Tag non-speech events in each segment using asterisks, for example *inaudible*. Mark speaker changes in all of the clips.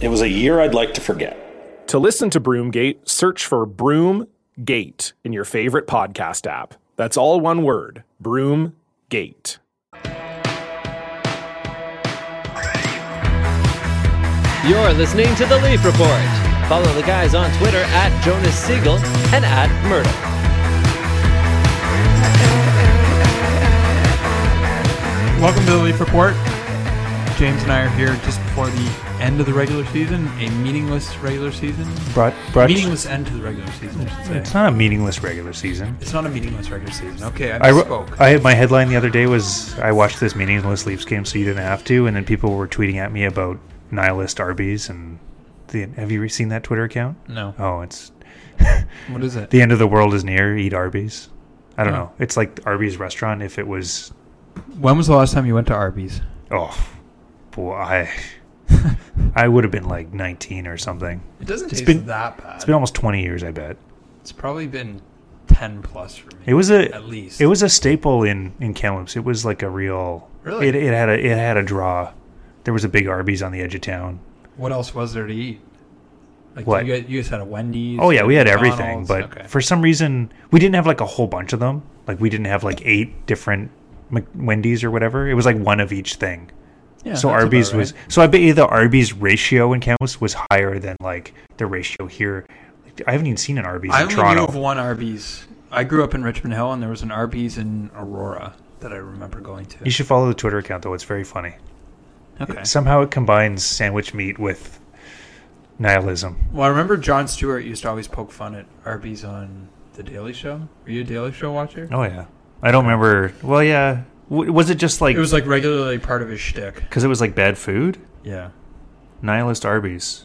Speaker 1: It was a year I'd like to forget.
Speaker 2: To listen to Broomgate, search for Broomgate in your favorite podcast app. That's all one word Broomgate.
Speaker 3: You're listening to The Leaf Report. Follow the guys on Twitter at Jonas Siegel and at Myrtle.
Speaker 4: Welcome to the Leaf Report. James and I are here just before the end of the regular season, a meaningless regular season.
Speaker 5: Brought, brought
Speaker 4: Meaningless end to the regular season, I should
Speaker 5: It's
Speaker 4: say.
Speaker 5: not a meaningless regular season.
Speaker 4: It's not a meaningless regular season. Okay, I
Speaker 5: I, wr-
Speaker 4: misspoke.
Speaker 5: I my headline the other day was I watched this meaningless Leafs game, so you didn't have to. And then people were tweeting at me about nihilist Arby's and the. Have you seen that Twitter account?
Speaker 4: no.
Speaker 5: Oh, it's
Speaker 4: What is it?
Speaker 5: the end of the world is near. Eat Arby's. I don't
Speaker 4: Oh.
Speaker 5: know. It's like Arby's restaurant. If it was,
Speaker 4: when was the last time you went to Arby's?
Speaker 5: oh, boy, I, I would have been like 19 or something.
Speaker 4: It doesn't taste
Speaker 5: been-
Speaker 4: that bad.
Speaker 5: It's been almost 20 years, I bet.
Speaker 4: It's probably been 10 plus for me.
Speaker 5: It was a
Speaker 4: At least.
Speaker 5: It was a staple in in Kamloops. It was like a real.
Speaker 4: Really?
Speaker 5: It, it had a it had a draw. There was a big Arby's on the edge of town.
Speaker 4: What else was there to eat? Like
Speaker 5: What?
Speaker 4: You, guys, you guys had a Wendy's.
Speaker 5: Oh yeah, we had
Speaker 4: McDonald's,
Speaker 5: everything, but
Speaker 4: okay.
Speaker 5: for some reason we didn't have like a whole bunch of them. Like we didn't have like eight different Mc- Wendy's or whatever. It was like one of each thing.
Speaker 4: Yeah,
Speaker 5: so
Speaker 4: that's
Speaker 5: Arby's
Speaker 4: about
Speaker 5: was.
Speaker 4: right.
Speaker 5: So I bet you the Arby's ratio in Kamloops was higher than like the ratio here. Like, I haven't even seen an Arby's
Speaker 4: I
Speaker 5: in
Speaker 4: only
Speaker 5: Toronto.
Speaker 4: knew of one Arby's. I grew up in Richmond Hill, and there was an Arby's in Aurora that I remember going to.
Speaker 5: you should follow the Twitter account though. It's very funny.
Speaker 4: okay.
Speaker 5: Somehow it combines sandwich meat with nihilism.
Speaker 4: Well, I remember John Stewart used to always poke fun at Arby's on The Daily Show. Were you a Daily Show watcher?
Speaker 5: Oh yeah, I don't remember. Well, yeah, w- was it just like
Speaker 4: It was like regularly part of his shtick.
Speaker 5: because it was like bad food?
Speaker 4: Yeah.
Speaker 5: Nihilist Arby's,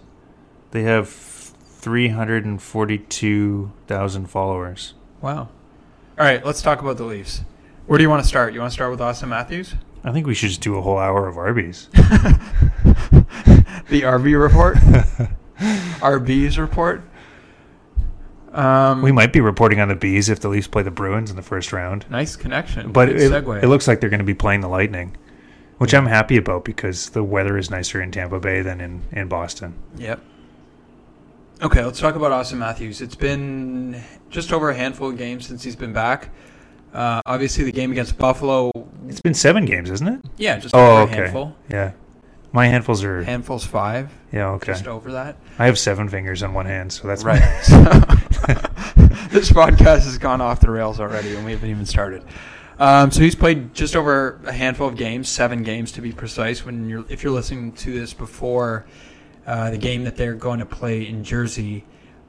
Speaker 5: they have three hundred and forty-two thousand followers.
Speaker 4: Wow. All right, let's talk about the Leafs. Where do you want to start? You want to start with Austin Matthews?
Speaker 5: I think we should just do a whole hour of Arby's. *laughs*
Speaker 4: The RB report? RB's report? Um,
Speaker 5: we might be reporting on the bees if the Leafs play the Bruins in the first round,
Speaker 4: nice connection.
Speaker 5: but
Speaker 4: Good
Speaker 5: it,
Speaker 4: segue.
Speaker 5: it looks like they're going to be playing the Lightning, which I'm happy about because the weather is nicer in Tampa Bay than in in Boston.
Speaker 4: Yep. Okay, let's talk about Austin Matthews. It's been just over a handful of games since he's been back. Uh, obviously, the game against Buffalo,
Speaker 5: It's been seven games, isn't it?
Speaker 4: yeah, just
Speaker 5: Oh,
Speaker 4: over
Speaker 5: okay.
Speaker 4: a handful.
Speaker 5: Yeah, my handfuls are
Speaker 4: Handfuls five,
Speaker 5: yeah okay.
Speaker 4: just over that.
Speaker 5: I have seven fingers on one hand, so that's
Speaker 4: Right. *laughs* So, this podcast has gone off the rails already, and we haven't even started. Um, so he's played just over a handful of games, seven games to be precise. When you're, if you're listening to this before uh, the game that they're going to play in Jersey,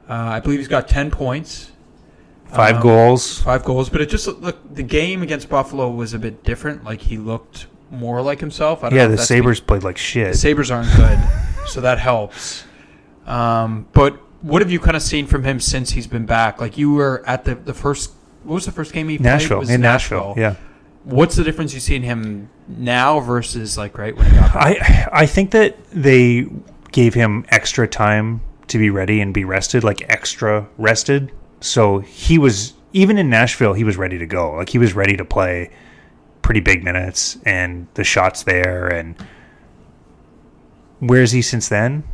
Speaker 4: uh, I believe he's got ten points,
Speaker 5: *laughs* Five goals.
Speaker 4: Um, five goals. But it just look the game against Buffalo was a bit different. Like he looked more like himself. I don't
Speaker 5: Yeah,
Speaker 4: know if
Speaker 5: the
Speaker 4: that's
Speaker 5: Sabres played like shit.
Speaker 4: the Sabres aren't good, so that helps. Um, but what have you kind of seen from him since he's been back? Like you were at the, the first what was the first game he played?
Speaker 5: Nashville.
Speaker 4: Was
Speaker 5: In Nashville. Yeah.
Speaker 4: What's the difference you see in him now versus like right when he got back?
Speaker 5: I I think that they gave him extra time to be ready and be rested, like extra rested. So he was even in Nashville, he was ready to go. Like he was ready to play pretty big minutes and the shots there and where is he since then?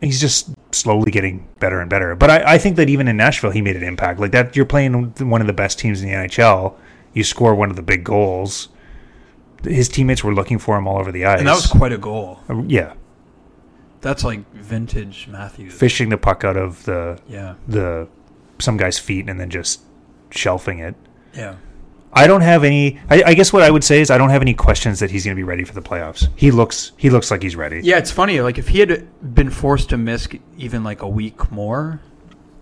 Speaker 5: He's just slowly getting better and better. But I, I think that even in Nashville, he made an impact. Like that, you're playing one of the best teams in the NHL. You score one of the big goals. His teammates were looking for him all over the ice. Uh,
Speaker 4: And that was quite a goal.
Speaker 5: yeah,
Speaker 4: That's like vintage Matthews.
Speaker 5: fishing the puck out of the
Speaker 4: Yeah,
Speaker 5: the some guy's feet and then just shelfing it.
Speaker 4: yeah.
Speaker 5: I don't have any. I, I guess what I would say is I don't have any questions that he's going to be ready for the playoffs. He looks he looks like he's ready.
Speaker 4: Yeah, it's funny. Like if he had been forced to miss even like a week more,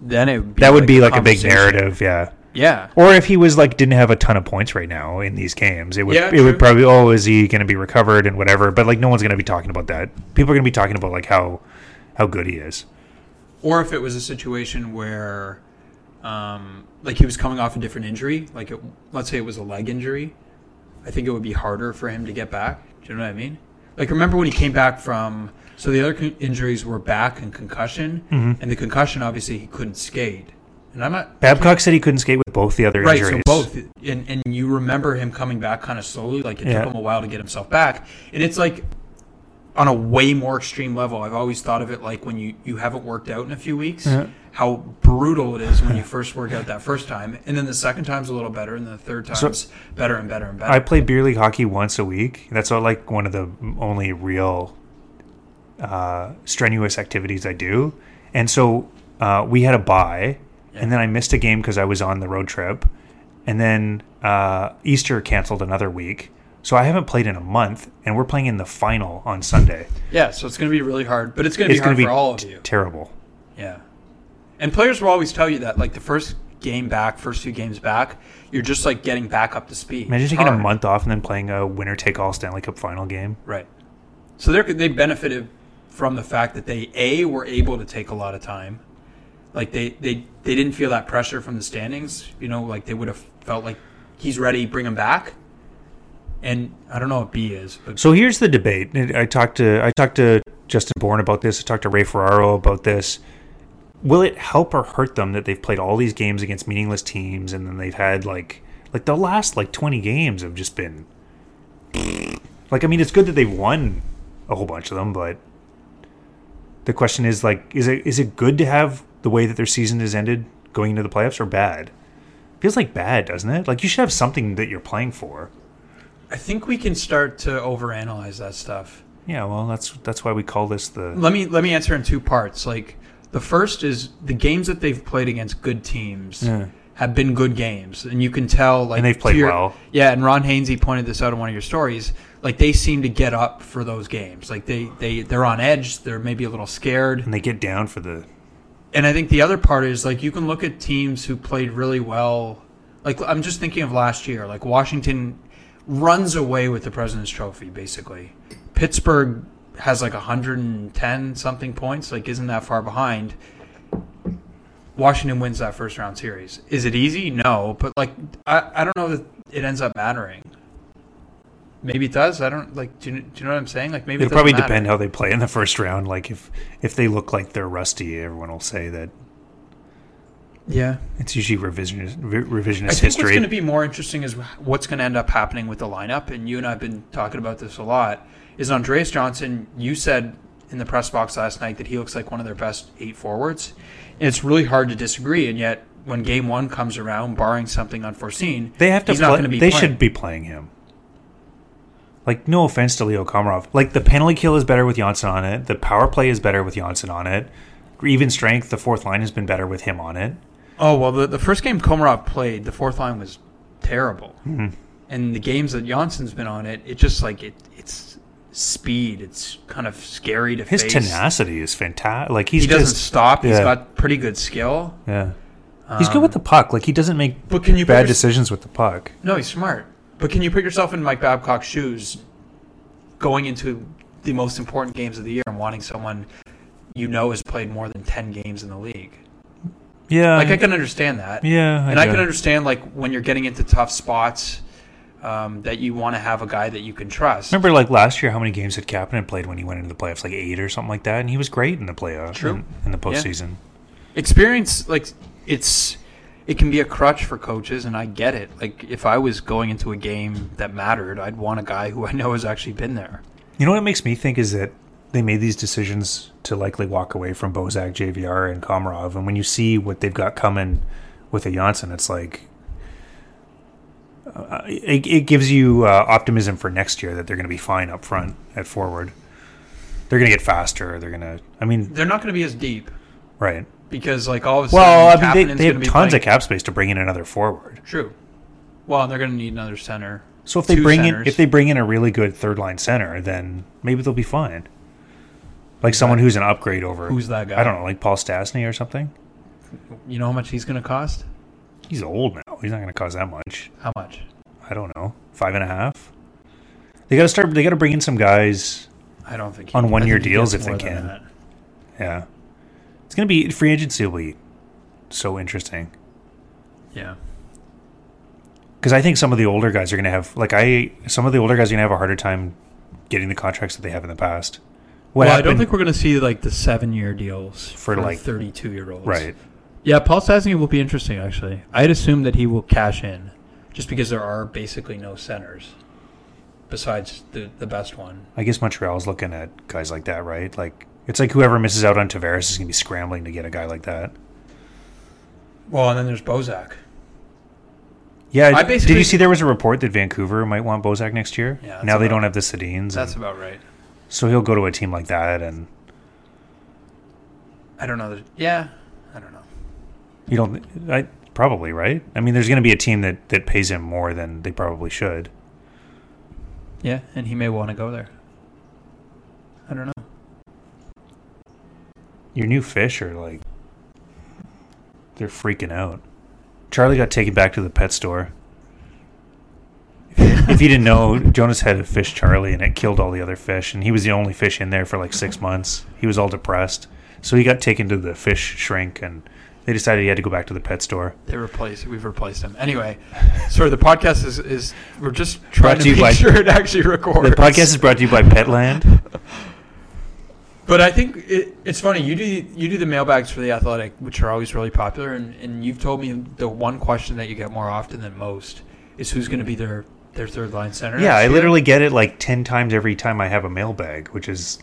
Speaker 4: then it would be
Speaker 5: that would be like a big
Speaker 4: conversation.
Speaker 5: narrative. Yeah.
Speaker 4: Yeah,
Speaker 5: Or if he was like didn't have a ton of points right now in these games, it would
Speaker 4: Yeah,
Speaker 5: it would
Speaker 4: true.
Speaker 5: probably oh is he going to be recovered and whatever. But like no one's going to be talking about that. People are going to be talking about like how how good he is.
Speaker 4: or if it was a situation where, um, like he was coming off a different injury, like it, let's say it was a leg injury, I think it would be harder for him to get back. Do you know what I mean? Like remember when he came back from? So the other con- injuries were back and concussion, and the concussion obviously he couldn't skate. And I'm not
Speaker 5: Babcock said he couldn't skate with both the other
Speaker 4: right,
Speaker 5: injuries.
Speaker 4: so both, and and you remember him coming back kind of slowly, like it
Speaker 5: Yeah.
Speaker 4: took him a while to get himself back, and it's like on a way more extreme level. I've always thought of it like when you you haven't worked out in a few weeks, how brutal it is when you first work out that first time, and then the second time's a little better, and the third time's better and better and better.
Speaker 5: I play beer league hockey once a week. That's all, like one of the only real uh, strenuous activities I do. And so uh, we had a bye, and then I missed a game because I was on the road trip, and then uh, Easter canceled another week. So I haven't played in a month, and we're playing in the final on Sunday.
Speaker 4: yeah, so it's going to be really hard, but it's going to be
Speaker 5: It's
Speaker 4: hard
Speaker 5: going to be
Speaker 4: for all of
Speaker 5: t-
Speaker 4: you.
Speaker 5: terrible.
Speaker 4: Yeah. And players will always tell you that, like the first game back, first few games back, you're just like getting back up to speed.
Speaker 5: Imagine
Speaker 4: It's
Speaker 5: taking
Speaker 4: hard.
Speaker 5: a month off and then playing a winner take all Stanley Cup final game.
Speaker 4: Right. So they they benefited from the fact that they a were able to take a lot of time, like they they they didn't feel that pressure from the standings. You know, like they would have felt like he's ready, bring him back. And I don't know what B is, but
Speaker 5: So here's the debate. And I talked to I talked to Justin Bourne about this. I talked to Ray Ferraro about this. Will it help or hurt them that they've played all these games against meaningless teams and then they've had like like the last like 20 games have just been like I mean it's good that they've won a whole bunch of them, but the question is like is it is it good to have the way that their season is ended going into the playoffs or bad? Feels like bad, doesn't it? Like you should have something that you're playing for.
Speaker 4: I think we can start to overanalyze that stuff.
Speaker 5: Yeah, well, that's that's why we call this the
Speaker 4: Let me let me answer in two parts. Like the first is the games that they've played against good teams have been good games, and you can tell like
Speaker 5: And they've played
Speaker 4: to your-
Speaker 5: well.
Speaker 4: Yeah, and Ron Hainsey pointed this out in one of your stories. Like they seem to get up for those games. Like they they they're on edge. They're maybe a little scared.
Speaker 5: and they get down for the
Speaker 4: and I think the other part is like you can look at teams who played really well. Like I'm just thinking of last year. Like Washington runs away with the President's Trophy basically. Pittsburgh has like 110 something points. Like isn't that far behind? Washington wins that first round series. Is it easy? No, but like I, I don't know that it ends up mattering. Maybe it does. I don't like. Do you, do you know what I'm saying? Like maybe it
Speaker 5: it'll probably
Speaker 4: doesn't matter.
Speaker 5: depend how they play in the first round like if if they look like they're rusty everyone will say that
Speaker 4: Yeah.
Speaker 5: it's usually revisionist re- revisionist
Speaker 4: I think what's
Speaker 5: history
Speaker 4: going to be more interesting is what's going to end up happening with the lineup. And you and I have been talking about this a lot. Is Andreas Johnson? You said in the press box last night that he looks like one of their best eight forwards, and it's really hard to disagree. And yet, when game one comes around, barring something unforeseen,
Speaker 5: they have to
Speaker 4: He's not
Speaker 5: play,
Speaker 4: going to be.
Speaker 5: they
Speaker 4: playing.
Speaker 5: should be playing him like no offense to Leo Komarov like the penalty kill is better with Janssen on it the power play is better with Janssen on it even strength the fourth line has been better with him on it
Speaker 4: Oh well, the, the first game Komarov played, the fourth line was terrible,
Speaker 5: Hmm.
Speaker 4: and the games that Janssen's been on it, it just like it, it's speed. It's kind of scary to
Speaker 5: his
Speaker 4: face.
Speaker 5: tenacity is fantastic like he's
Speaker 4: He doesn't
Speaker 5: just
Speaker 4: stop. He's
Speaker 5: yeah.
Speaker 4: got pretty good skill.
Speaker 5: yeah he's good with the puck like he doesn't make
Speaker 4: Um, But can you put
Speaker 5: bad
Speaker 4: your-
Speaker 5: decisions with the puck
Speaker 4: No, he's smart. But can you put yourself in Mike Babcock's shoes going into the most important games of the year and wanting someone you know has played more than 10 games in the league?
Speaker 5: yeah
Speaker 4: Like, I can understand that.
Speaker 5: Um, Yeah, I
Speaker 4: and I can
Speaker 5: get it.
Speaker 4: understand, like, when you're getting into tough spots, um, that you want to have a guy that you can trust.
Speaker 5: Remember, like last year, how many games had Kapanen played when he went into the playoffs? Like eight or something like that, and he was great in the playoffs.
Speaker 4: True.
Speaker 5: In, in the postseason.
Speaker 4: experience like it's it can be a crutch for coaches and i get it like if i was going into a game that mattered i'd want a guy who i know has actually been there
Speaker 5: You know what it makes me think is that they made these decisions to likely walk away from Bozak, JVR, and Komarov, and when you see what they've got coming with a Janssen, it's like uh, it, it gives you uh, optimism for next year that they're going to be fine up front at forward. They're going to get faster. They're going to. I mean,
Speaker 4: they're not going to be as deep
Speaker 5: right.
Speaker 4: because like all of a sudden
Speaker 5: Well, I mean,
Speaker 4: Kapanen's
Speaker 5: they, they
Speaker 4: gonna
Speaker 5: have
Speaker 4: be
Speaker 5: tons
Speaker 4: playing-
Speaker 5: of cap space to bring in another forward.
Speaker 4: true Well, they're going to need another center.
Speaker 5: So if they
Speaker 4: Two
Speaker 5: bring
Speaker 4: centers.
Speaker 5: in if they bring in a really good third line center, then maybe they'll be fine. Like someone who's an upgrade over
Speaker 4: Who's that guy?
Speaker 5: I don't know, like Paul Stastny or something.
Speaker 4: You know how much he's going to cost?
Speaker 5: He's old now. He's not going to cost that much.
Speaker 4: How much?
Speaker 5: I don't know, five and a half. They got to start. They got to bring in some guys.
Speaker 4: I don't think he-
Speaker 5: On
Speaker 4: I
Speaker 5: one-year
Speaker 4: think he
Speaker 5: deals
Speaker 4: gets
Speaker 5: if they
Speaker 4: more than
Speaker 5: can.
Speaker 4: that.
Speaker 5: Yeah, it's going to be free agency will be so interesting
Speaker 4: Yeah.
Speaker 5: because I think some of the older guys are going to have like I some of the older guys are going to have a harder time getting the contracts that they have in the past. What
Speaker 4: well, I
Speaker 5: happened-
Speaker 4: don't think we're going to see like the seven-year deals for,
Speaker 5: like-
Speaker 4: like thirty-two-year-olds.
Speaker 5: right.
Speaker 4: Yeah, Paul Stastny will be interesting. Actually, I'd assume that he will cash in, just because there are basically no centers, besides the the best one.
Speaker 5: I guess Montreal's looking at guys like that, right? Like it's like whoever misses out on Tavares is going to be scrambling to get a guy like that.
Speaker 4: Well, and then there's Bozak.
Speaker 5: Yeah,
Speaker 4: I
Speaker 5: did you
Speaker 4: basically-
Speaker 5: see there was a report that Vancouver might want Bozak next year?
Speaker 4: Yeah, that's
Speaker 5: now they
Speaker 4: about-
Speaker 5: don't have the Sedins,
Speaker 4: That's
Speaker 5: and-
Speaker 4: about right.
Speaker 5: so he'll go to a team like that, and
Speaker 4: I don't know. That, yeah, I don't know.
Speaker 5: you don't. I probably right. I mean, there's going to be a team that that pays him more than they probably should.
Speaker 4: Yeah, and he may want to go there. I don't know.
Speaker 5: Your new fish are like, they're freaking out. Charlie got taken back to the pet store. if you didn't know, Jonas had a fish, Charlie, and it killed all the other fish, and he was the only fish in there for like six months. He was all depressed, so he got taken to the fish shrink, and they decided he had to go back to the pet store.
Speaker 4: They replaced. We've replaced him. Anyway, sorry. The podcast is, is we're just trying
Speaker 5: Brought to
Speaker 4: to
Speaker 5: you
Speaker 4: make *laughs*
Speaker 5: by-
Speaker 4: sure it actually records.
Speaker 5: The podcast is brought to you by Petland.
Speaker 4: But I think it, it's funny. You do you do the mailbags for the athletic, which are always really popular, and, and you've told me the one question that you get more often than most is who's going to be their their third line center.
Speaker 5: Yeah,
Speaker 4: next
Speaker 5: I
Speaker 4: year.
Speaker 5: literally get it like ten times every time I have a mailbag, which is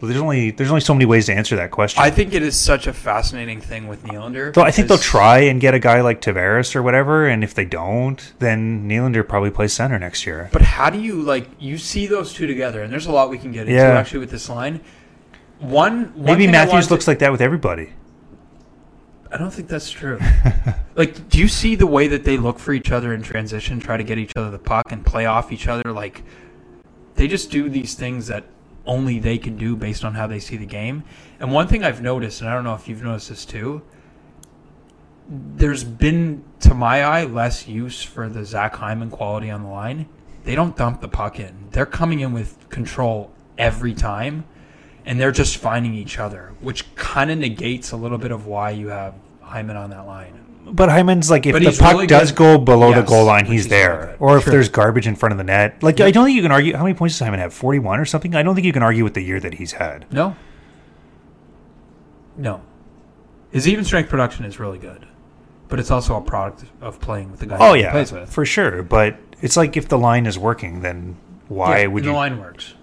Speaker 5: there's only there's only so many ways to answer that question.
Speaker 4: I think it is such a fascinating thing with Nealander.
Speaker 5: Though I think they'll
Speaker 4: because-
Speaker 5: try and get a guy like Tavares or whatever, and if they don't, then Nylander probably plays center next year.
Speaker 4: But how do you like you see those two together? And there's a lot we can get into
Speaker 5: Yeah.
Speaker 4: actually with this line. One, one
Speaker 5: Maybe
Speaker 4: thing I wanted
Speaker 5: Matthews
Speaker 4: to-
Speaker 5: looks like that with everybody.
Speaker 4: I don't think that's true. like, do you see the way that they look for each other in transition, try to get each other the puck and play off each other? Like, they just do these things that only they can do based on how they see the game. And one thing I've noticed, and I don't know if you've noticed this too, there's been, to my eye, less use for the Zach Hyman quality on the line. They don't dump the puck in, they're coming in with control every time and they're just finding each other, which kind of negates a little bit of why you have Hyman on that line.
Speaker 5: But Hyman's like, if
Speaker 4: But
Speaker 5: the
Speaker 4: he's
Speaker 5: puck
Speaker 4: really
Speaker 5: does
Speaker 4: good-
Speaker 5: go below the
Speaker 4: Yes,
Speaker 5: goal line,
Speaker 4: which
Speaker 5: he's
Speaker 4: he's
Speaker 5: there.
Speaker 4: really good.
Speaker 5: or if
Speaker 4: Sure.
Speaker 5: there's garbage in front of the net, like I don't think you can argue. How many points does Hyman have? Forty-one or something. I don't think you can argue with the year that he's had.
Speaker 4: No, no, his even strength production is really good, but it's also a product of playing with the guy.
Speaker 5: Oh
Speaker 4: he
Speaker 5: yeah,
Speaker 4: plays with.
Speaker 5: for sure. But it's like if the line is working, then why
Speaker 4: Yeah,
Speaker 5: would
Speaker 4: and
Speaker 5: you?
Speaker 4: the line works?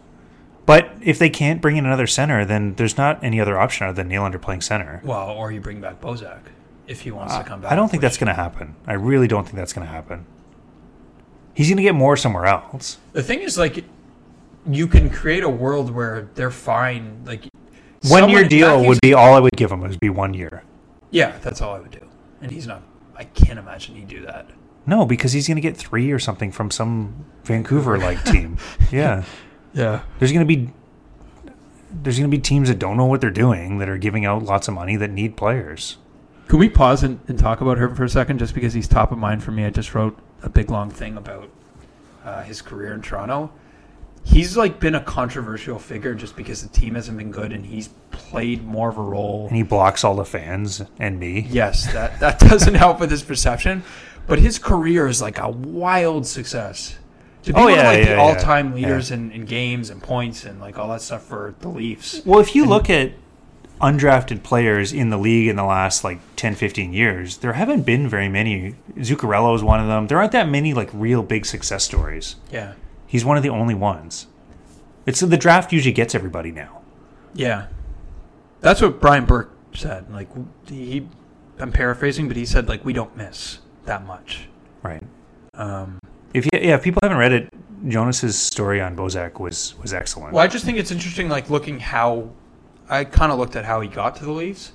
Speaker 5: But if they can't bring in another center, then there's not any other option other than Nylander playing center.
Speaker 4: Well, or you bring back Bozak if he wants to come back.
Speaker 5: Uh, I don't think
Speaker 4: which-
Speaker 5: that's going to happen. I really don't think that's going to happen. He's going to get more somewhere else.
Speaker 4: the thing is like. You can create a world where they're fine. Like
Speaker 5: One year
Speaker 4: someone-
Speaker 5: deal
Speaker 4: Matthews-
Speaker 5: would be all I would give him would be one year.
Speaker 4: yeah, that's all I would do. And he's not. I can't imagine he'd do that.
Speaker 5: No, because he's going to get three or something from some Vancouver
Speaker 4: *laughs*
Speaker 5: like team. Yeah,
Speaker 4: Yeah,
Speaker 5: there's going to be there's going to be teams that don't know what they're doing that are giving out lots of money that need players.
Speaker 4: Can we pause and, and talk about Herb for a second, just because he's top of mind for me? I just wrote a big long thing about uh, his career in Toronto. He's like been a controversial figure just because the team hasn't been good, and he's played more of a role.
Speaker 5: And he blocks all the fans and me.
Speaker 4: Yes, that that *laughs* doesn't help with his perception, but his career is like a wild success. To be
Speaker 5: Oh,
Speaker 4: one
Speaker 5: yeah,
Speaker 4: of like
Speaker 5: yeah,
Speaker 4: the
Speaker 5: yeah.
Speaker 4: all-time
Speaker 5: Yeah.
Speaker 4: leaders in, in games and points and like all that stuff for the Leafs.
Speaker 5: Well, if you look at undrafted players in the league in the last like 10, 15 years, there haven't been very many. Zuccarello is one of them. There aren't that many like real big success stories.
Speaker 4: Yeah,
Speaker 5: He's one of the only ones. It's the draft usually gets everybody now.
Speaker 4: Yeah, that's what Brian Burke said. Like he, I'm paraphrasing, but he said like we don't miss that much.
Speaker 5: Right. Um, if you, yeah, if people haven't read it, Jonas's story on Bozak was was excellent.
Speaker 4: Well, I just think it's interesting, like looking how I kind of looked at how he got to the Leafs,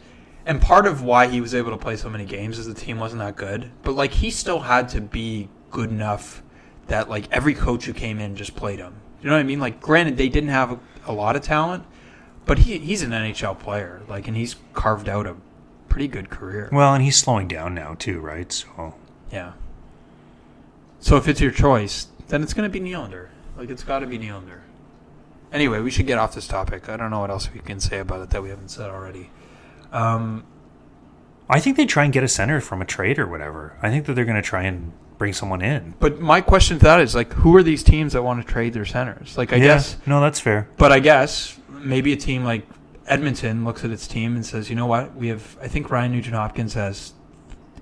Speaker 4: and part of why he was able to play so many games is the team wasn't that good. But like he still had to be good enough that like every coach who came in just played him. You know what I mean? Like, granted, they didn't have a, a lot of talent, but he he's an NHL player, like, and he's carved out a pretty good career.
Speaker 5: Well, and he's slowing down now too, right? So
Speaker 4: Yeah. So if it's your choice, then it's going to be Nealander. Like it's got to be Nealander. Anyway, we should get off this topic. I don't know what else we can say about it that we haven't said already.
Speaker 5: I think they try and get a center from a trade or whatever. I think that they're going to try and bring someone in.
Speaker 4: But my question to that is like, who are these teams that want to trade their centers? Like, I guess,
Speaker 5: No, that's fair.
Speaker 4: but I guess maybe a team like Edmonton looks at its team and says, you know what, we have. I think Ryan Nugent Hopkins has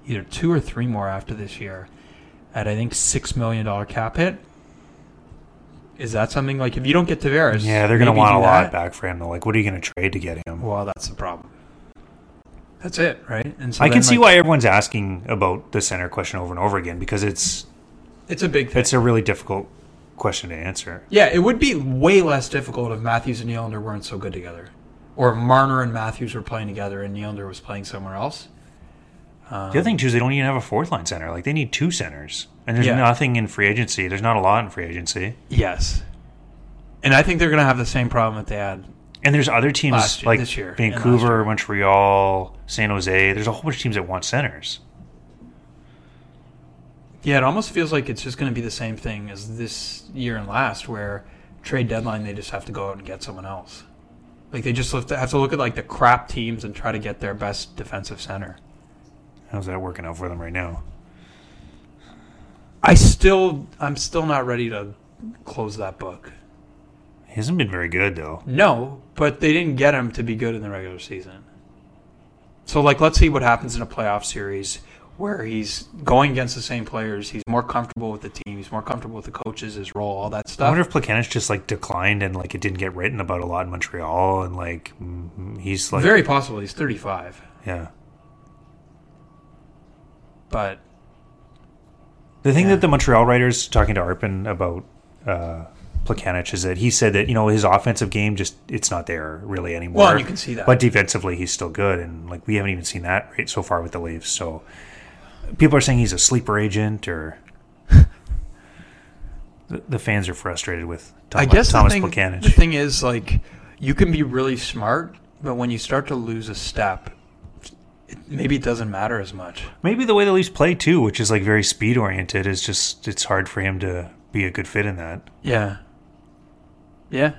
Speaker 4: either two or three more after this year, at I think six million dollar cap hit. Is that something like if you don't get Tavares?
Speaker 5: Yeah, they're going to
Speaker 4: maybe
Speaker 5: want a
Speaker 4: do
Speaker 5: lot
Speaker 4: that?
Speaker 5: back for him. Though. Like, what are you going to trade to get him?
Speaker 4: Well, that's the problem. That's it, right? And so
Speaker 5: I can
Speaker 4: then,
Speaker 5: see
Speaker 4: like,
Speaker 5: why everyone's asking about the center question over and over again because it's
Speaker 4: it's a big thing.
Speaker 5: it's a really difficult question to answer.
Speaker 4: yeah, it would be way less difficult if Matthews and Nealander weren't so good together, or if Marner and Matthews were playing together and Nealander was playing somewhere else. Um,
Speaker 5: the other thing too is they don't even have a fourth line center. Like, they need two centers, and there's
Speaker 4: Yeah.
Speaker 5: nothing in free agency. There's not a lot in free agency.
Speaker 4: Yes, and I think they're going to have the same problem that they had.
Speaker 5: And there's other teams
Speaker 4: Last year-
Speaker 5: like
Speaker 4: this year, and last
Speaker 5: Vancouver, Montreal, San Jose. There's a whole bunch of teams that want centers.
Speaker 4: Yeah, it almost feels like it's just going to be the same thing as this year and last, where trade deadline they just have to go out and get someone else. Like they just have to, have to look at like the crap teams and try to get their best defensive center.
Speaker 5: How's that working out for them right now?
Speaker 4: I still, I'm still not ready to close that book.
Speaker 5: He hasn't been very good though.
Speaker 4: No, but they didn't get him to be good in the regular season. So, like, let's see what happens in a playoff series where he's going against the same players. He's more comfortable with the team. He's more comfortable with the coaches, his role, all that
Speaker 5: I
Speaker 4: stuff.
Speaker 5: wonder if Plakanich just like declined and like it didn't get written about a lot in Montreal and like mm, he's like
Speaker 4: Very possible he's 35,
Speaker 5: yeah.
Speaker 4: but
Speaker 5: The thing that the Montreal writers talking to Arpin about uh, Plakanich is that he said that you know his offensive game just it's not there really anymore.
Speaker 4: Well, and you can see that.
Speaker 5: But defensively, he's still good, and like we haven't even seen that right so far with the Leafs. So people are saying he's a sleeper agent, or *laughs* the, the fans are frustrated with Tom,
Speaker 4: I guess
Speaker 5: Thomas
Speaker 4: the, thing,
Speaker 5: Plakanich.
Speaker 4: the thing is, like, you can be really smart, but when you start to lose a step, it, maybe it doesn't matter as much.
Speaker 5: Maybe the way the Leafs play too, which is like very speed oriented, is just it's hard for him to be a good fit in that.
Speaker 4: Yeah. Yeah.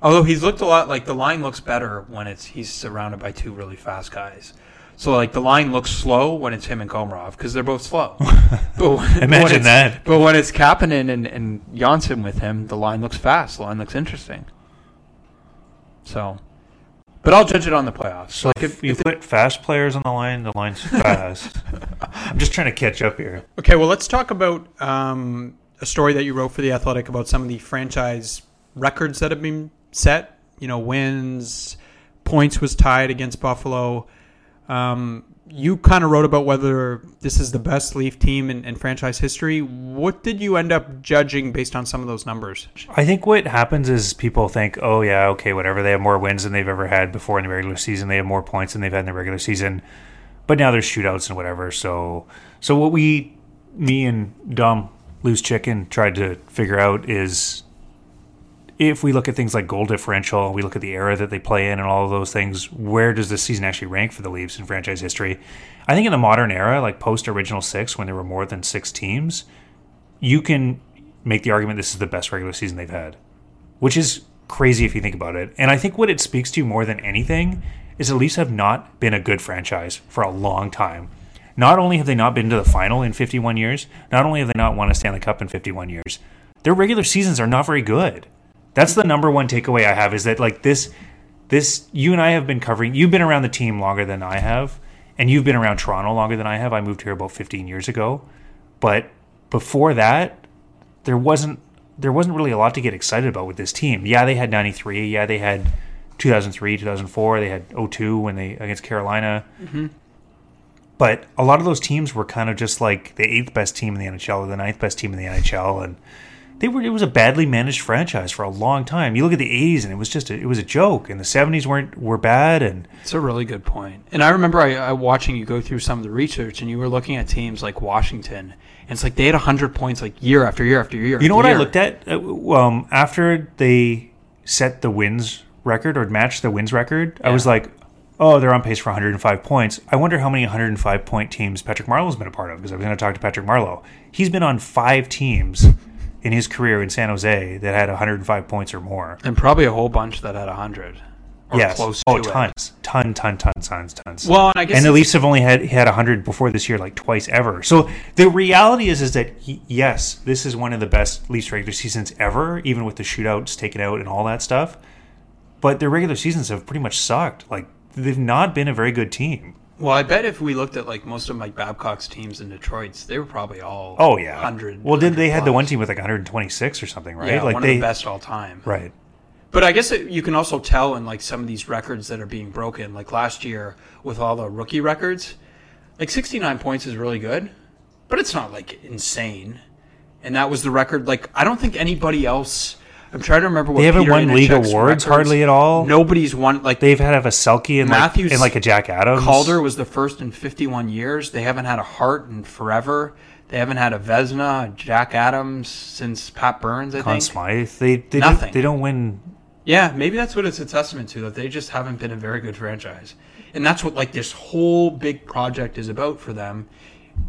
Speaker 4: Although he's looked a lot like the line looks better when it's he's surrounded by two really fast guys. So like the line looks slow when it's him and Komarov because they're both
Speaker 5: *laughs*
Speaker 4: slow. but when, but
Speaker 5: Imagine
Speaker 4: when it's-
Speaker 5: that.
Speaker 4: But when it's Kapanen and and Janssen with him, the line looks fast. The line looks interesting. So, but I'll judge it on the playoffs.
Speaker 5: So
Speaker 4: like
Speaker 5: if
Speaker 4: if,
Speaker 5: you
Speaker 4: if-
Speaker 5: put fast players on the line, the line's *laughs* fast. I'm just trying to catch up here.
Speaker 6: Okay, well, let's talk about um, a story that you wrote for The Athletic about some of the franchise records that have been set. You know, wins, points was tied against Buffalo. Um, you kind of wrote about whether this is the best Leaf team in, in franchise history. What did you end up judging based on some of those numbers?
Speaker 5: I think what happens is people think, oh, yeah, okay, whatever. They have more wins than they've ever had before in the regular season. They have more points than they've had in the regular season. But now there's shootouts and whatever. So, so what we, me and Dom Loose Chicken tried to figure out is if we look at things like goal differential, we look at the era that they play in and all of those things, where does this season actually rank for the Leafs in franchise history? I think in the modern era, like post original six, when there were more than six teams, you can make the argument this is the best regular season they've had, which is crazy if you think about it. And I think what it speaks to more than anything is the Leafs have not been a good franchise for a long time. Not only have they not been to the final in 51 years, not only have they not won a Stanley Cup in 51 years, their regular seasons are not very good. That's the number one takeaway I have is that like this this you and I have been covering you've been around the team longer than I have and you've been around Toronto longer than I have. I moved here about 15 years ago, but before that there wasn't there wasn't really a lot to get excited about with this team. Yeah, they had 93, yeah, they had 2003, 2004, they had 02 when they against Carolina. But a lot of those teams were kind of just like the eighth best team in the NHL or the ninth best team in the NHL and they were it was a badly managed franchise for a long time. You look at the 80s and it was just a, it was a joke and the 70s weren't were bad and
Speaker 4: It's a really good point. And I remember I, I watching you go through some of the research, and you were looking at teams like Washington, and it's like they had hundred points like year after year after year.
Speaker 5: you know
Speaker 4: after
Speaker 5: what I
Speaker 4: year.
Speaker 5: looked at Uh, um, after they set the wins record or matched the wins record I was like oh they're on pace for 105 points I wonder how many 105 point teams Patrick Marlowe's been a part of because I was going to talk to Patrick Marlowe he's been on five teams in his career in San Jose that had 105 points or more
Speaker 4: and probably a whole bunch that had hundred or
Speaker 5: yes
Speaker 4: close
Speaker 5: oh
Speaker 4: to
Speaker 5: tons ton ton ton tons tons
Speaker 4: it. Well, and I guess
Speaker 5: and the
Speaker 4: it's-
Speaker 5: Leafs have only had had 100 before this year, like twice ever. So the reality is, is that y- yes, this is one of the best Leafs regular seasons ever, even with the shootouts taken out and all that stuff. But their regular seasons have pretty much sucked. Like they've not been a very good team.
Speaker 4: well, I bet if we looked at like most of Mike Babcock's teams in Detroit's, they were probably all
Speaker 5: Oh yeah,
Speaker 4: hundred.
Speaker 5: Well, did they had the one team with like 126 or something, right?
Speaker 4: yeah
Speaker 5: like
Speaker 4: one
Speaker 5: they
Speaker 4: of the best all time.
Speaker 5: right.
Speaker 4: But I guess it, you can also tell in like some of these records that are being broken, like last year with all the rookie records, like 69 points is really good, but it's not like insane. And that was the record. Like I don't think anybody else. I'm trying to remember what
Speaker 5: They haven't
Speaker 4: Peter
Speaker 5: won league
Speaker 4: Inachek's
Speaker 5: awards
Speaker 4: records-
Speaker 5: hardly at all.
Speaker 4: Nobody's won. Like
Speaker 5: They've had a Selkie and
Speaker 4: Matthews
Speaker 5: like, and like a Jack Adams.
Speaker 4: Calder was the first in 51 years. They haven't had a Hart in forever. They haven't had a Vesna, a Jack Adams since Pat Burns. I
Speaker 5: Conn
Speaker 4: think.
Speaker 5: Smythe. They they,
Speaker 4: Nothing.
Speaker 5: don't, they don't win
Speaker 4: Yeah, maybe that's what it's a testament to that they just haven't been a very good franchise. And that's what like this whole big project is about for them.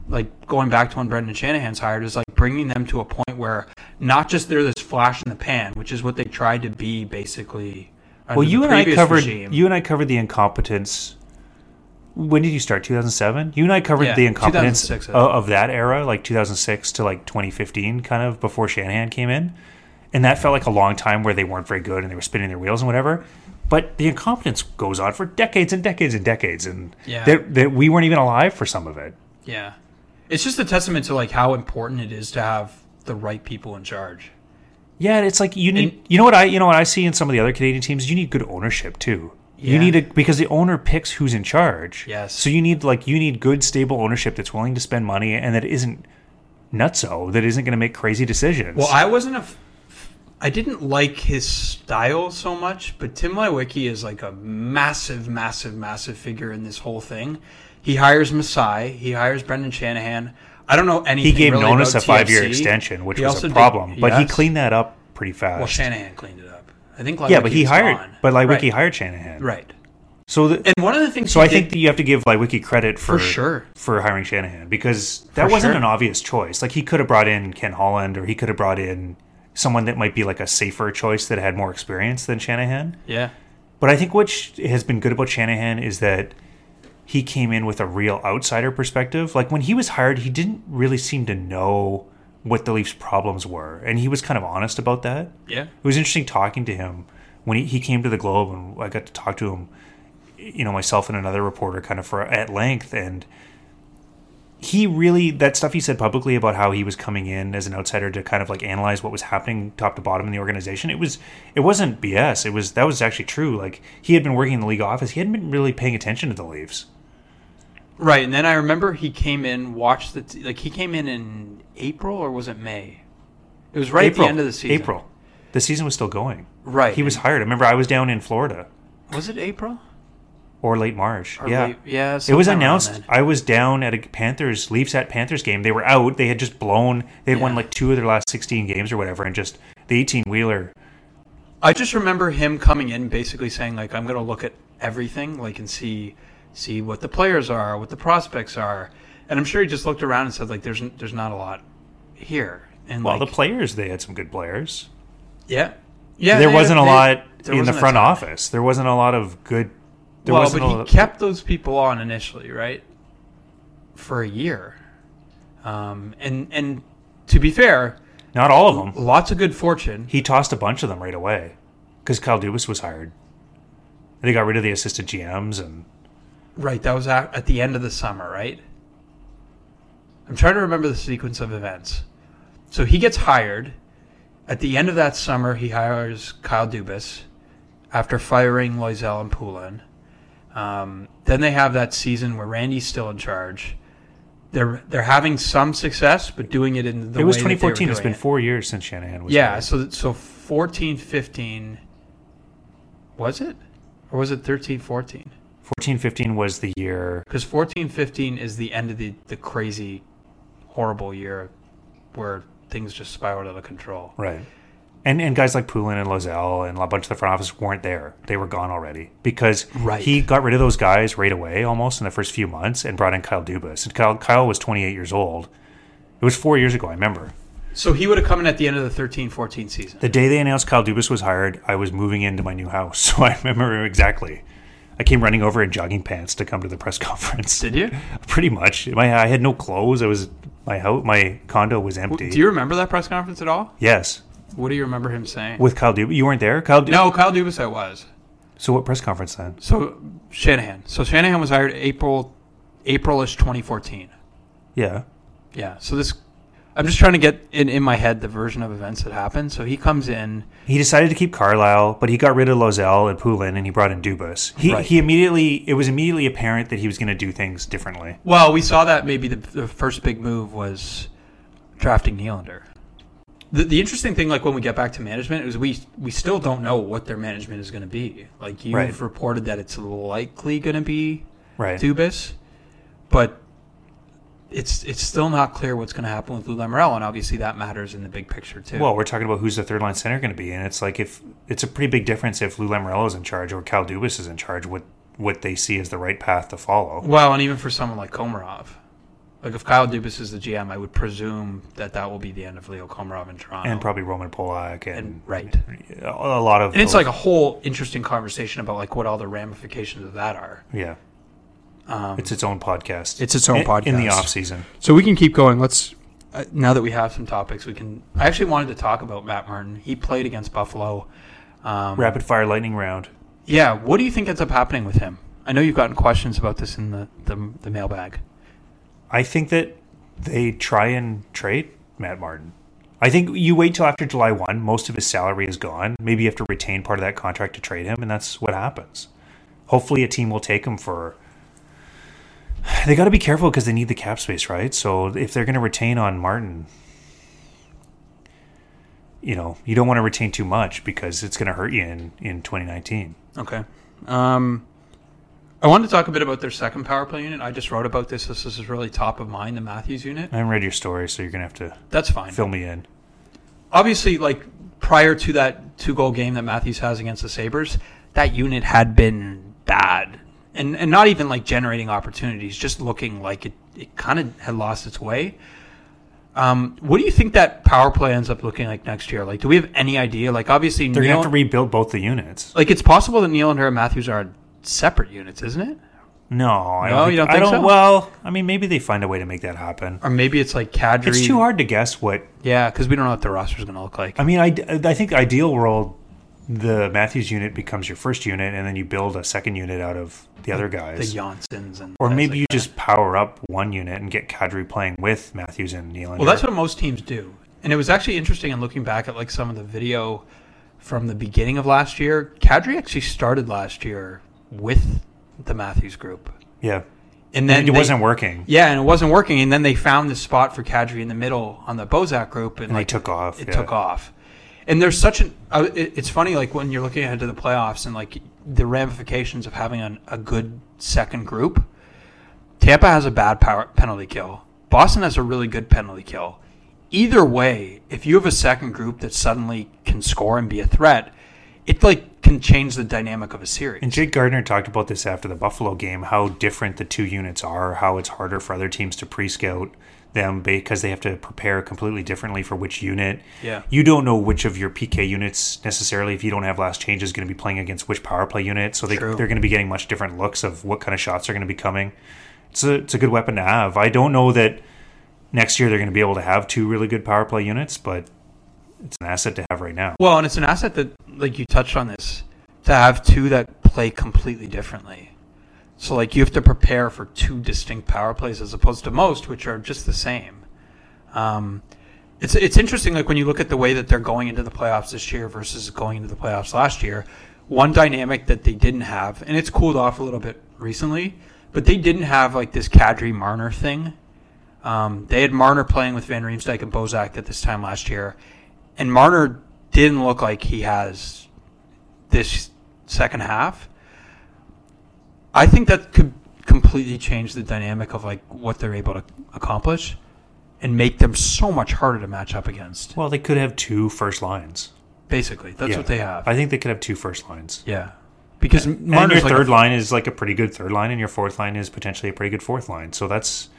Speaker 4: Like going back to when Brendan Shanahan's hired is like bringing them to a point where not just they're this flash in the pan, which is what they tried to be basically. under
Speaker 5: Well,
Speaker 4: the
Speaker 5: you and I
Speaker 4: previous
Speaker 5: covered
Speaker 4: regime.
Speaker 5: you and I covered the incompetence. When did you start? 2007. You and I covered
Speaker 4: Yeah,
Speaker 5: the incompetence
Speaker 4: 2006, I
Speaker 5: of,
Speaker 4: think.
Speaker 5: of that era, like 2006 to like 2015, kind of before Shanahan came in, and that felt like a long time where they weren't very good and they were spinning their wheels and whatever. But the incompetence goes on for decades and decades and decades, and
Speaker 4: Yeah.
Speaker 5: that, that we weren't even alive for some of it.
Speaker 4: Yeah. It's just a testament to like how important it is to have the right people in charge.
Speaker 5: Yeah, it's like you need. you know what I? You know what I see in some of the other Canadian teams. You need good ownership too.
Speaker 4: Yeah.
Speaker 5: You need a because the owner picks who's in charge.
Speaker 4: Yes.
Speaker 5: So you need like you need good stable ownership that's willing to spend money and that isn't nutso that isn't going to make crazy decisions.
Speaker 4: Well, I wasn't a. F- I didn't like his style so much, but Tim Lewicki is like a massive, massive, massive figure in this whole thing. He hires Masai. He hires Brendan Shanahan. I don't know anything.
Speaker 5: he gave
Speaker 4: really
Speaker 5: Nonis a
Speaker 4: about
Speaker 5: five year
Speaker 4: TFC.
Speaker 5: extension, which
Speaker 4: He
Speaker 5: was
Speaker 4: also
Speaker 5: a
Speaker 4: did-
Speaker 5: problem, but he
Speaker 4: yes.
Speaker 5: cleaned that up pretty fast.
Speaker 4: Well, Shanahan cleaned it up. I think.
Speaker 5: yeah, but
Speaker 4: Lewicki
Speaker 5: he
Speaker 4: was
Speaker 5: hired,
Speaker 4: gone.
Speaker 5: but like Wiki
Speaker 4: Right,
Speaker 5: hired Shanahan.
Speaker 4: Right.
Speaker 5: So the,
Speaker 4: And one of the things.
Speaker 5: So
Speaker 4: he
Speaker 5: I think
Speaker 4: did-
Speaker 5: that you have to give like Wiki credit for
Speaker 4: For sure.
Speaker 5: for hiring Shanahan because that
Speaker 4: For
Speaker 5: wasn't
Speaker 4: sure.
Speaker 5: an obvious choice. Like he could have brought in Ken Holland or he could have brought in someone that might be like a safer choice that had more experience than Shanahan.
Speaker 4: Yeah.
Speaker 5: But I think what sh- has been good about Shanahan is that he came in with a real outsider perspective. Like when he was hired, he didn't really seem to know what the Leafs' problems were, and he was kind of honest about that
Speaker 4: Yeah.
Speaker 5: it was interesting talking to him when he, he came to the globe and i got to talk to him you know myself and another reporter kind of for at length and he really that stuff he said publicly about how he was coming in as an outsider to kind of like analyze what was happening top to bottom in the organization it was it wasn't bs it was that was actually true like he had been working in the league office he hadn't been really paying attention to the leaves
Speaker 4: Right, and then I remember he came in, watched the t- like he came in in April or was it May? It was right at the end of the season.
Speaker 5: april the season was still going
Speaker 4: Right.
Speaker 5: he was hired i remember i was down in florida
Speaker 4: Was it April?
Speaker 5: or late march
Speaker 4: Or
Speaker 5: yeah
Speaker 4: late- yeah.
Speaker 5: It was
Speaker 4: sometime around
Speaker 5: announced.
Speaker 4: then.
Speaker 5: I was down at a Panthers Leafs at Panthers game. They were out. They had just blown. They had won
Speaker 4: Yeah.
Speaker 5: like two of their last sixteen games or whatever, and just the eighteen wheeler.
Speaker 4: I just remember him coming in, basically saying like, "I'm going to look at everything, like, and see see what the players are, what the prospects are." And I'm sure he just looked around and said like, "There's n- there's not a lot here." And
Speaker 5: Well,
Speaker 4: like,
Speaker 5: the players they had some good players.
Speaker 4: yeah, yeah.
Speaker 5: there
Speaker 4: they-
Speaker 5: wasn't a
Speaker 4: they-
Speaker 5: lot
Speaker 4: there
Speaker 5: in the
Speaker 4: wasn't a
Speaker 5: front
Speaker 4: ton.
Speaker 5: office. There wasn't a lot of good. There
Speaker 4: well,
Speaker 5: wasn't
Speaker 4: but
Speaker 5: a
Speaker 4: he
Speaker 5: lot-
Speaker 4: kept those people on initially, right? For a year, um, and and to be fair,
Speaker 5: not all of them.
Speaker 4: lots of good fortune.
Speaker 5: He tossed a bunch of them right away because Kyle Dubas was hired. They got rid of the assistant GMs and
Speaker 4: Right, that was at, at the end of the summer, right? I'm trying to remember the sequence of events. So he gets hired. At the end of that summer, he hires Kyle Dubas after firing Loisel and Poulin. Um, then they have that season where Randy's still in charge. they're they're having some success, but doing it in the
Speaker 5: it was
Speaker 4: way that they were
Speaker 5: 2014. It's
Speaker 4: doing
Speaker 5: been four years since Shanahan was.
Speaker 4: Yeah,
Speaker 5: hired.
Speaker 4: so th- so 14 15 was it? Or was it 13 14?
Speaker 5: 14, 15 was the year.
Speaker 4: Cuz 14 15 is the end of the the crazy horrible year where things just spiraled out of control.
Speaker 5: Right. And and guys like Poulin and Lozelle and a bunch of the front office weren't there. They were gone already because
Speaker 4: Right.
Speaker 5: he got rid of those guys right away, almost in the first few months, and brought in Kyle Dubas. And Kyle Kyle was 28 years old. It was four years ago. I remember
Speaker 4: So he would have come in at the end of the 13 14 season.
Speaker 5: the day they announced Kyle Dubas was hired. I was moving into my new house, *laughs* so I remember exactly. I came running over in jogging pants to come to the press *laughs* conference.
Speaker 4: Did you?
Speaker 5: Pretty much. My I had no clothes. I was my house, my condo was empty.
Speaker 4: Do you remember that press conference at all?
Speaker 5: yes,
Speaker 4: What do you remember him saying?
Speaker 5: with Kyle Dubas. You weren't there, Kyle. Dubas?
Speaker 4: No, Kyle Dubas I was.
Speaker 5: So what press conference then?
Speaker 4: So Shanahan. So Shanahan was hired April Aprilish 2014.
Speaker 5: Yeah.
Speaker 4: Yeah. So this, I'm just trying to get in, in my head the version of events that happened. So he comes in.
Speaker 5: He decided to keep Carlisle, but he got rid of Lozelle and Poulin, and he brought in Dubas. He
Speaker 4: Right.
Speaker 5: he immediately it was immediately apparent that he was going to do things differently.
Speaker 4: Well, we saw that maybe the, the first big move was drafting Nylander. The, the interesting thing, like when we get back to management, is we we still don't know what their management is going to be. Like you've
Speaker 5: Right.
Speaker 4: reported that it's likely going to be
Speaker 5: Right.
Speaker 4: Dubas, but it's it's still not clear what's going to happen with Lou Lamorello, and obviously that matters in the big picture too.
Speaker 5: Well, we're talking about who's the third line center going to be, and it's like if it's a pretty big difference if Lou Lamorello is in charge or Cal Dubas is in charge. What what they see as the right path to follow.
Speaker 4: Well, and even for someone like Komarov, like if Kyle Dubas is the GM, I would presume that that will be the end of Leo Komarov in Toronto.
Speaker 5: And probably Roman Polak and,
Speaker 4: And- right. And
Speaker 5: a a lot of
Speaker 4: it's
Speaker 5: those-
Speaker 4: like a whole interesting conversation about like what all the ramifications of that are.
Speaker 5: yeah,
Speaker 4: Um,
Speaker 5: it's its own podcast.
Speaker 6: It's its own
Speaker 5: In- in the
Speaker 6: podcast.
Speaker 5: off season.
Speaker 6: So we can keep going. Let's.
Speaker 4: Uh, now that we have some topics, we can. I actually wanted to talk about Matt Martin. He played against Buffalo. Um,
Speaker 5: Rapid fire lightning round.
Speaker 4: yeah. What do you think ends up happening with him? I know you've gotten questions about this in the the, the mailbag.
Speaker 5: I think that they try and trade Matt Martin. I think you wait till after July 1, most of his salary is gone. Maybe you have to retain part of that contract to trade him, and that's what happens. Hopefully, a team will take him for. They got to be careful because they need the cap space, right? So if they're going to retain on Martin, you know, you don't want to retain too much because it's going to hurt you in, in 2019.
Speaker 4: Okay. Um, I wanted to talk a bit about their second power play unit. I just wrote about this. This is really top of mind, the Matthews unit.
Speaker 5: I haven't read your story, so you're going to have to
Speaker 4: That's fine.
Speaker 5: fill me in.
Speaker 4: Obviously, like prior to that two goal game that Matthews has against the Sabres, that unit had been bad. And, and not even like generating opportunities, just looking like it, it kind of had lost its way. Um, what do you think that power play ends up looking like next year? Like, do we have any idea? Like, obviously,
Speaker 5: They're going to
Speaker 4: Nylan-
Speaker 5: have to rebuild both the units.
Speaker 4: like it's possible that Neil and her Matthews are separate units, isn't it?
Speaker 5: No, I
Speaker 4: No,
Speaker 5: don't.
Speaker 4: you don't
Speaker 5: I
Speaker 4: think
Speaker 5: don't.
Speaker 4: so?
Speaker 5: Well, I mean, maybe they find a way to make that happen.
Speaker 4: Or maybe it's like Kadri.
Speaker 5: It's too hard to guess what.
Speaker 4: Yeah, because we don't know what the roster's going to look like.
Speaker 5: I mean, I, I think ideal world, the Matthews unit becomes your first unit, and then you build a second unit out of the other
Speaker 4: the
Speaker 5: guys.
Speaker 4: Johnsons and
Speaker 5: or
Speaker 4: guys
Speaker 5: maybe
Speaker 4: like
Speaker 5: you
Speaker 4: that.
Speaker 5: just power up one unit and get Kadri playing with Matthews and Neal.
Speaker 4: well, that's what most teams do. And it was actually interesting in looking back at like some of the video from the beginning of last year. Kadri actually started last year with the Matthews group,
Speaker 5: Yeah,
Speaker 4: and
Speaker 5: and
Speaker 4: then
Speaker 5: it
Speaker 4: they-
Speaker 5: wasn't working.
Speaker 4: Yeah, and it wasn't working. And then they found this spot for Kadri in the middle on the Bozak group, and,
Speaker 5: they
Speaker 4: like
Speaker 5: took off,
Speaker 4: It
Speaker 5: yeah.
Speaker 4: took off. And there's such an. I- it- It's funny, like when you're looking ahead to the playoffs and like the ramifications of having an, a good second group. Tampa has a bad power penalty kill. Boston has a really good penalty kill. Either way, if you have a second group that suddenly can score and be a threat, it like can change the dynamic of a series.
Speaker 5: And Jake Gardner talked about this after the Buffalo game how different the two units are, how it's harder for other teams to pre scout them because they have to prepare completely differently for which unit.
Speaker 4: Yeah.
Speaker 5: You don't know which of your PK units necessarily, if you don't have last change, is going to be playing against which power play unit. So they,
Speaker 4: True.
Speaker 5: they're going to be getting much different looks of what kind of shots are going to be coming. It's a, it's a good weapon to have. I don't know that next year they're going to be able to have two really good power play units, but it's an asset to have right now.
Speaker 4: Well, and it's an asset that, like you touched on this, to have two that play completely differently. So, like, you have to prepare for two distinct power plays as opposed to most, which are just the same. Um, it's it's interesting, like when you look at the way that they're going into the playoffs this year versus going into the playoffs last year. One dynamic that they didn't have, and it's cooled off a little bit recently, but they didn't have like this Kadri Marner thing Um, they had Marner playing with Van Riemsdyk and Bozak at this time last year, and Marner didn't look like he has this second half. I think that could completely change the dynamic of like what they're able to accomplish, and make them so much harder to match up against.
Speaker 5: Well, they could have two first lines.
Speaker 4: Basically, that's
Speaker 5: Yeah.
Speaker 4: what they have.
Speaker 5: I think they could have two first lines.
Speaker 4: yeah, because
Speaker 5: and your
Speaker 4: Marner's like a
Speaker 5: third line is like a pretty good third line, and your fourth line is potentially a pretty good fourth line. So that's,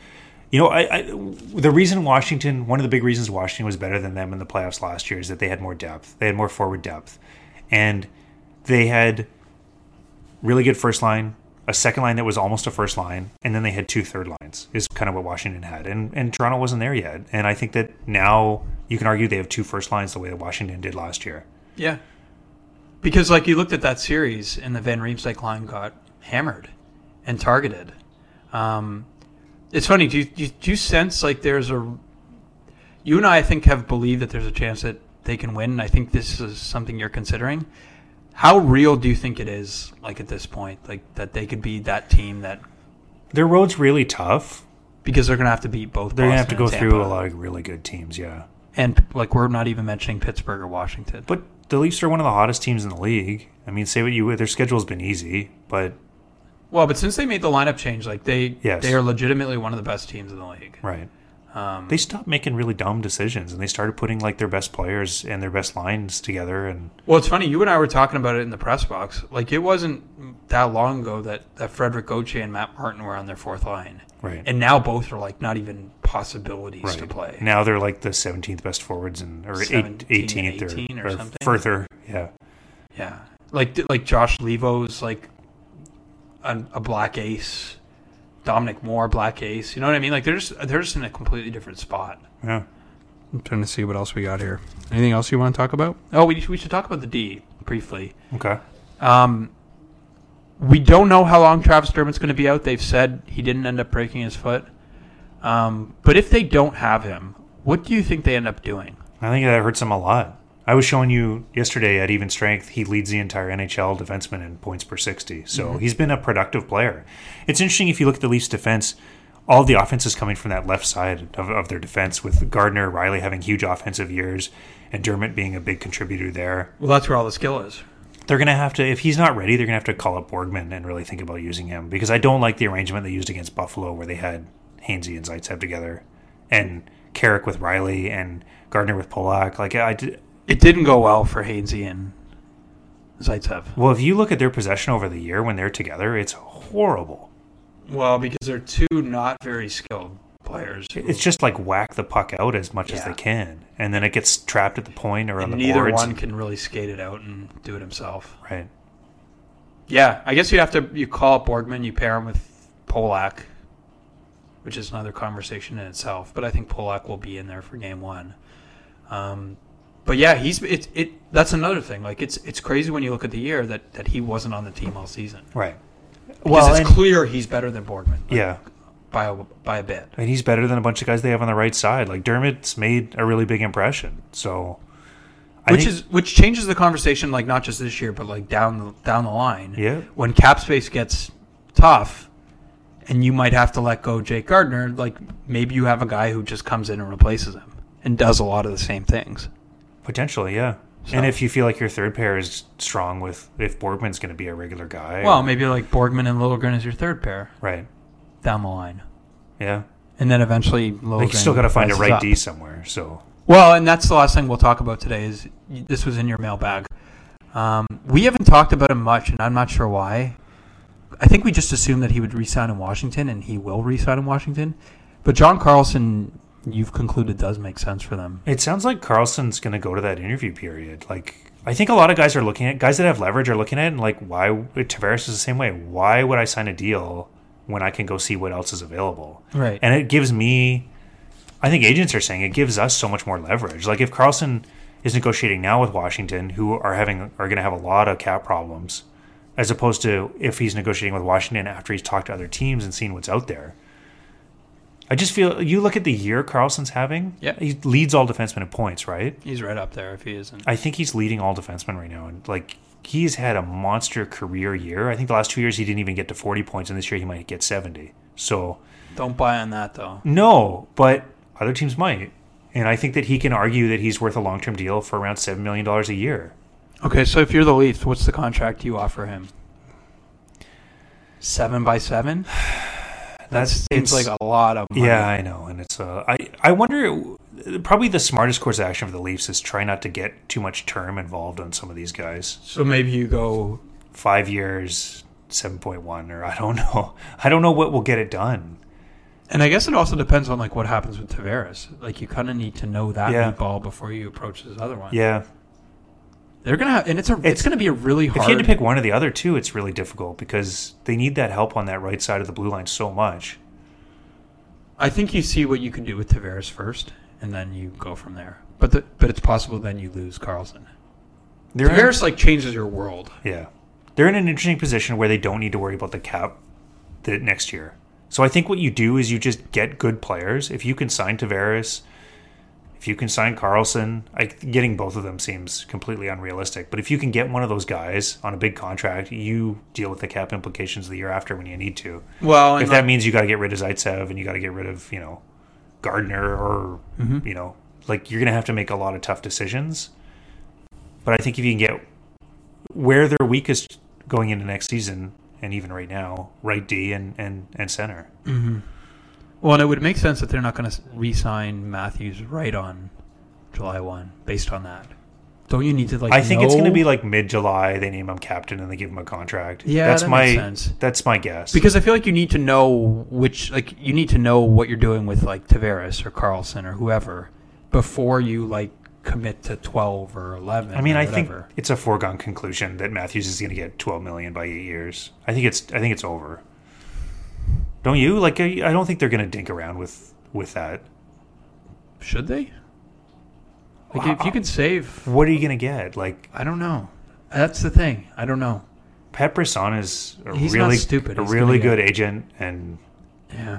Speaker 5: you know, I, I the reason Washington, one of the big reasons Washington was better than them in the playoffs last year is that they had more depth, they had more forward depth, and they had really good first line, a second line that was almost a first line, and then they had two third lines. Is kind of what Washington had, and and Toronto wasn't there yet. And I think that now you can argue they have two first lines the way that Washington did last year.
Speaker 4: Yeah. Because like you looked at that series and the Van Riemsdyk line got hammered and targeted. Um, it's funny. Do you, do, you, do you sense like there's a you and I, I think have believed that there's a chance that they can win. and I think this is something you're considering. How real do you think it is like at this point, like that they could be that team that
Speaker 5: Their road's really tough.
Speaker 4: because they're gonna have to beat both.
Speaker 5: They're gonna have to
Speaker 4: Boston
Speaker 5: go
Speaker 4: and
Speaker 5: through a
Speaker 4: Tampa.
Speaker 5: lot of really good teams, yeah.
Speaker 4: and like we're not even mentioning Pittsburgh or Washington.
Speaker 5: But the Leafs are one of the hottest teams in the league. I mean, say what you would, their schedule's been easy, but
Speaker 4: Well, but since they made the lineup change, like they
Speaker 5: Yes.
Speaker 4: they are legitimately one of the best teams in the league.
Speaker 5: right.
Speaker 4: Um,
Speaker 5: they stopped making really dumb decisions, and they started putting like their best players and their best lines together. And
Speaker 4: Well, it's funny. You and I were talking about it in the press box. Like it wasn't that long ago that that Frederick Gauthier and Matt Martin were on their fourth line,
Speaker 5: right,
Speaker 4: and now both are like not even possibilities
Speaker 5: right.
Speaker 4: to play.
Speaker 5: Now they're like the 17th best forwards and or eight,
Speaker 4: 17
Speaker 5: 18th or,
Speaker 4: 18 or
Speaker 5: or
Speaker 4: something.
Speaker 5: further. Yeah,
Speaker 4: Yeah, like like Josh Levo's like a, a black ace, Dominic Moore black ace. You know what I mean? Like they're just they're just in a completely different spot.
Speaker 5: yeah.
Speaker 4: I'm trying to see what else we got here. Anything else you want to talk about? Oh, we we should talk about the D briefly.
Speaker 5: Okay,
Speaker 4: Um, we don't know how long Travis Dermott's going to be out. They've said he didn't end up breaking his foot. Um, but if they don't have him, what do you think they end up doing?
Speaker 5: I think that hurts him a lot. I was showing you yesterday at even strength, he leads the entire NHL defenseman in points per 60. So he's been a productive player. It's interesting if you look at the Leafs defense, all the offense is coming from that left side of, of their defense, with Gardner, Riley having huge offensive years, and Dermott being a big contributor there.
Speaker 4: Well, that's where all the skill is.
Speaker 5: They're going to have to, if he's not ready, they're going to have to call up Borgman and really think about using him because I don't like the arrangement they used against Buffalo where they had Hainsey and Zaitsev together and Carrick with Riley and Gardner with Polak. Like, I, d-
Speaker 4: It didn't go well for Hainsey and Zaitsev.
Speaker 5: Well, if you look at their possession over the year when they're together, it's horrible.
Speaker 4: Well, because they're two not very skilled players.
Speaker 5: It's just like whack the puck out as much as
Speaker 4: Yeah.
Speaker 5: they can, and then it gets trapped at the point or on the
Speaker 4: neither
Speaker 5: boards.
Speaker 4: one can really skate it out and do it himself.
Speaker 5: Right.
Speaker 4: Yeah, I guess you'd have to you call up Borgman, you pair him with Polak, which is another conversation in itself. But I think Polak will be in there for game one. Um, but yeah, he's it, it. That's another thing. Like it's it's crazy when you look at the year that that he wasn't on the team all season.
Speaker 5: Right.
Speaker 4: Because
Speaker 5: Well,
Speaker 4: it's
Speaker 5: and-
Speaker 4: clear he's better than Borgman. like,
Speaker 5: yeah,
Speaker 4: by a, by a bit.
Speaker 5: and he's better than a bunch of guys they have on the right side. Like Dermot's made a really big impression, so I
Speaker 4: which
Speaker 5: think-
Speaker 4: is which changes the conversation like not just this year but like down the, down the line
Speaker 5: Yeah.
Speaker 4: when cap space gets tough and you might have to let go jake gardner like maybe you have a guy who just comes in and replaces him and does a lot of the same things
Speaker 5: potentially yeah. And if you feel like your third pair is strong with if Borgman's going to be a regular guy,
Speaker 4: well maybe like borgman and littlegren is your third pair
Speaker 5: right,
Speaker 4: down the line
Speaker 5: yeah,
Speaker 4: and then eventually Lilligren
Speaker 5: like you still got to find a
Speaker 4: rises
Speaker 5: right
Speaker 4: up.
Speaker 5: D somewhere. So
Speaker 4: Well, and that's the last thing we'll talk about today. Is this was in your mailbag? Um, we haven't talked about him much, and I'm not sure why. I think we just assumed that he would resign in Washington, and he will resign in Washington. But John Carlson, you've concluded, does make sense for them.
Speaker 5: It sounds like Carlson's going to go to that interview period. Like, I think a lot of guys are looking at guys that have leverage are looking at it and like, why? Tavares is the same way. Why would I sign a deal when I can go see what else is available?
Speaker 4: Right.
Speaker 5: And it gives me, I think agents are saying it gives us so much more leverage. Like, if Carlson is negotiating now with Washington, who are having are going to have a lot of cap problems, as opposed to if he's negotiating with Washington after he's talked to other teams and seen what's out there. I just feel you look at the year Carlson's having.
Speaker 4: Yeah.
Speaker 5: he leads all defensemen in points, right?
Speaker 4: He's right up there if he isn't.
Speaker 5: I think he's leading all defensemen right now, and like he's had a monster career year. I think the last two years he didn't even get to forty points, and this year he might get seventy. So
Speaker 4: Don't buy on that though.
Speaker 5: no, but other teams might. And I think that he can argue that he's worth a long term deal for around $7 million a year.
Speaker 4: Okay, so if you're the Leafs, what's the contract you offer him? Seven by seven. That
Speaker 5: That's-
Speaker 4: seems
Speaker 5: it's-
Speaker 4: like a lot of money.
Speaker 5: Yeah, I know, and it's uh, I I wonder. Probably the smartest course of action for the Leafs is try not to get too much term involved on some of these guys.
Speaker 4: So maybe you go.
Speaker 5: Five years, seven point one, or I don't *laughs* know. I don't know what will get it done.
Speaker 4: And I guess it also depends on like what happens with Tavares. Like you kind of need to know that
Speaker 5: Yeah.
Speaker 4: meatball before you approach this other one.
Speaker 5: Yeah,
Speaker 4: They're gonna have, and it's a it's,
Speaker 5: It's-
Speaker 4: gonna be a really hard.
Speaker 5: if you had to pick one or the other two, it's really difficult because they need that help on that right side of the blue line so much.
Speaker 4: I think you see what you can do with Tavares first, and then you go from there. But the, but it's possible then you lose Carlson.
Speaker 5: They're in-
Speaker 4: Tavares like changes your world.
Speaker 5: yeah, they're in an interesting position where they don't need to worry about the cap the next year. So I think what you do is you just get good players. If you can sign Tavares, if you can sign Carlson, I, getting both of them seems completely unrealistic. But if you can get one of those guys on a big contract, you deal with the cap implications the year after when you need to.
Speaker 4: Well,
Speaker 5: if that means you got to get rid of Zaitsev and you got to get rid of you know Gardner or
Speaker 4: Mm-hmm.
Speaker 5: you know like you're gonna have to make a lot of tough decisions. But I think if you can get where they're weakest going into next season and even right now, right D and and and center.
Speaker 4: Well, and it would make sense that they're not going to re-sign Matthews right on July one, based on that. Don't you need to like?
Speaker 5: I think it's
Speaker 4: know-
Speaker 5: going to be like mid July. They name him captain and they give him a contract.
Speaker 4: Yeah,
Speaker 5: that's
Speaker 4: that
Speaker 5: my
Speaker 4: makes sense.
Speaker 5: that's my guess.
Speaker 4: because I feel like you need to know which like you need to know what you're doing with like Tavares or Carlson or whoever before you like commit to twelve or eleven.
Speaker 5: I mean,
Speaker 4: or
Speaker 5: I think
Speaker 4: whatever.
Speaker 5: it's a foregone conclusion that Matthews is going to get 12 million by eight years. I think it's I think it's over. Don't you? Like, I, I don't think they're going to dink around with with that.
Speaker 4: should they? Like if you can save,
Speaker 5: What are you going to get? Like,
Speaker 4: I don't know. That's the thing. I don't know.
Speaker 5: Pat Brisson is a
Speaker 4: He's not
Speaker 5: really
Speaker 4: stupid.
Speaker 5: a
Speaker 4: He's
Speaker 5: really
Speaker 4: gonna
Speaker 5: good
Speaker 4: get-
Speaker 5: agent, and
Speaker 4: Yeah.
Speaker 5: Uh,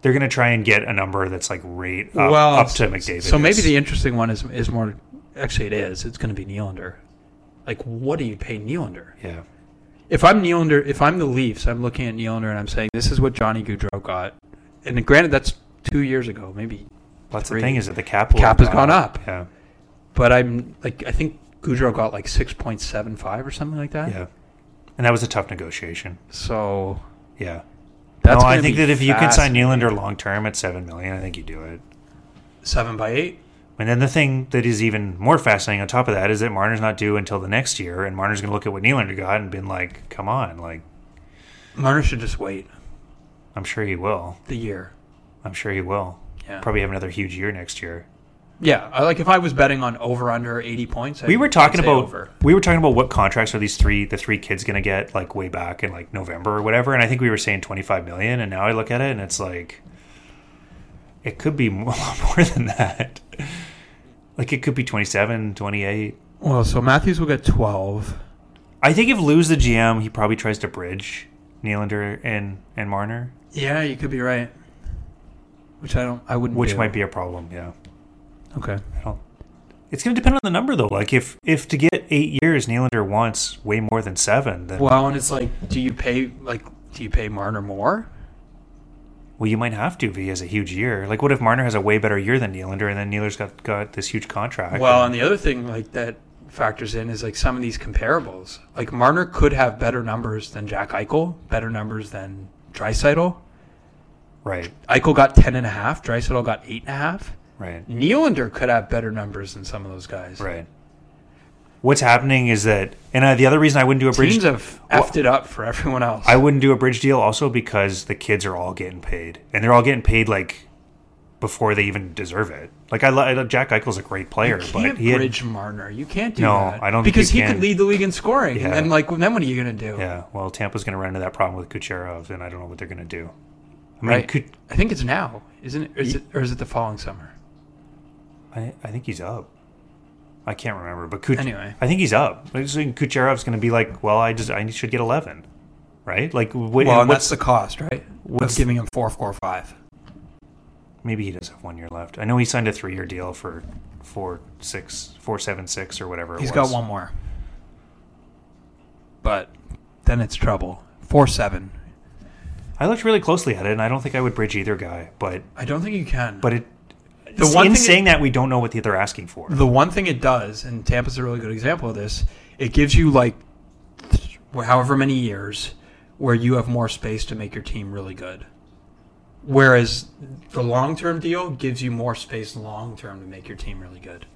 Speaker 5: they're going to try and get a number that's like right up,
Speaker 4: well,
Speaker 5: up to
Speaker 4: so-
Speaker 5: McDavid.
Speaker 4: So maybe the interesting one is is more. Actually, it is. It's going to be Nylander. Like, what do you pay Nylander?
Speaker 5: yeah.
Speaker 4: If I'm Nylander, if I'm the Leafs, I'm looking at Nylander and I'm saying, this is what Johnny Goudreau got. And granted, that's two years ago, maybe.
Speaker 5: That's
Speaker 4: three.
Speaker 5: the thing is that the cap will
Speaker 4: Cap
Speaker 5: have
Speaker 4: has gone up.
Speaker 5: Yeah,
Speaker 4: But I'm like, I think Goudreau got like six point seven five or something like that.
Speaker 5: yeah, and that was a tough negotiation.
Speaker 4: So
Speaker 5: Yeah.
Speaker 4: that's.
Speaker 5: no, I
Speaker 4: gonna
Speaker 5: think
Speaker 4: be
Speaker 5: that if you can sign
Speaker 4: fascinating.
Speaker 5: Nylander long term at seven million, I think you do it.
Speaker 4: seven by eight,
Speaker 5: And then the thing that is even more fascinating on top of that is that Marner's not due until the next year, and Marner's going to look at what Nylander got and been like, "Come on, like
Speaker 4: Marner should just wait
Speaker 5: I'm sure he will.
Speaker 4: the year.
Speaker 5: I'm sure he will.
Speaker 4: Yeah.
Speaker 5: Probably have another huge year next year."
Speaker 4: Yeah, I, like if I was betting on over under eighty points,
Speaker 5: We were talking about
Speaker 4: over.
Speaker 5: we were talking about what contracts are these three the three kids going to get like way back in like November or whatever, and I think we were saying 25 million, and now I look at it and it's like it could be *laughs* more, more than that. Like it could be 27, 28.
Speaker 4: Well, so Matthews will get twelve.
Speaker 5: I think if Lou's the GM, he probably tries to bridge Nylander and and Marner,
Speaker 4: Yeah, you could be right. Which I don't. I wouldn't.
Speaker 5: which
Speaker 4: do.
Speaker 5: might be a problem. Yeah,
Speaker 4: okay.
Speaker 5: I don't. It's going to depend on the number though. Like if if to get eight years, Nylander wants way more than seven. Then well,
Speaker 4: Well, and it's like, do you pay like, do you pay Marner more?
Speaker 5: you might have to if he has a huge year. Like what if Marner has a way better year than Nylander, and then Nylander's got got this huge contract?
Speaker 4: Well, and the other thing like that factors in is like some of these comparables. Like Marner could have better numbers than Jack Eichel, better numbers than Drysital.
Speaker 5: right,
Speaker 4: Eichel got ten and a half. Drysital got eight and a half.
Speaker 5: right,
Speaker 4: Nealander could have better numbers than some of those guys.
Speaker 5: right. What's happening is that, and uh, the other reason I wouldn't do a bridge
Speaker 4: Teams have effed it up for everyone else.
Speaker 5: I wouldn't do a bridge deal also because the kids are all getting paid, and they're all getting paid like before they even deserve it. Like I, li- I li- Jack Eichel's a great player,
Speaker 4: You
Speaker 5: but
Speaker 4: can't
Speaker 5: he had-
Speaker 4: bridge Marner. You can't do
Speaker 5: No,
Speaker 4: that.
Speaker 5: I don't think
Speaker 4: because
Speaker 5: you
Speaker 4: he
Speaker 5: can.
Speaker 4: could lead the league in scoring.
Speaker 5: Yeah.
Speaker 4: And then, like, then what are you going to do?
Speaker 5: yeah. Well, Tampa's going to run into that problem with Kucherov, and I don't know what they're going to do. I mean,
Speaker 4: Right.
Speaker 5: Ku-
Speaker 4: I think it's now, isn't it? Or is it, or is it the following summer?
Speaker 5: I, I think he's up. I can't remember, but Kuch-
Speaker 4: Anyway.
Speaker 5: I think he's up. I just think Kucherov's going to be like, well, I just I should get eleven, right? Like, what,
Speaker 4: Well, and that's
Speaker 5: what's
Speaker 4: the cost, right?
Speaker 5: what's-
Speaker 4: What's giving him four, four, five?
Speaker 5: maybe he does have one year left. I know he signed a three-year deal for four six four seven six or whatever.
Speaker 4: He's
Speaker 5: it
Speaker 4: got
Speaker 5: was.
Speaker 4: one more, but then it's trouble. Four, seven.
Speaker 5: I I looked really closely at it, and I don't think I would bridge either guy. But
Speaker 4: I don't think you can.
Speaker 5: but it
Speaker 4: The
Speaker 5: in
Speaker 4: one thing it-
Speaker 5: saying that we don't know what the other asking for.
Speaker 4: the one thing it does, and Tampa's a really good example of this, it gives you like th- however many years where you have more space to make your team really good. Whereas the long term deal gives you more space long term to make your team really good.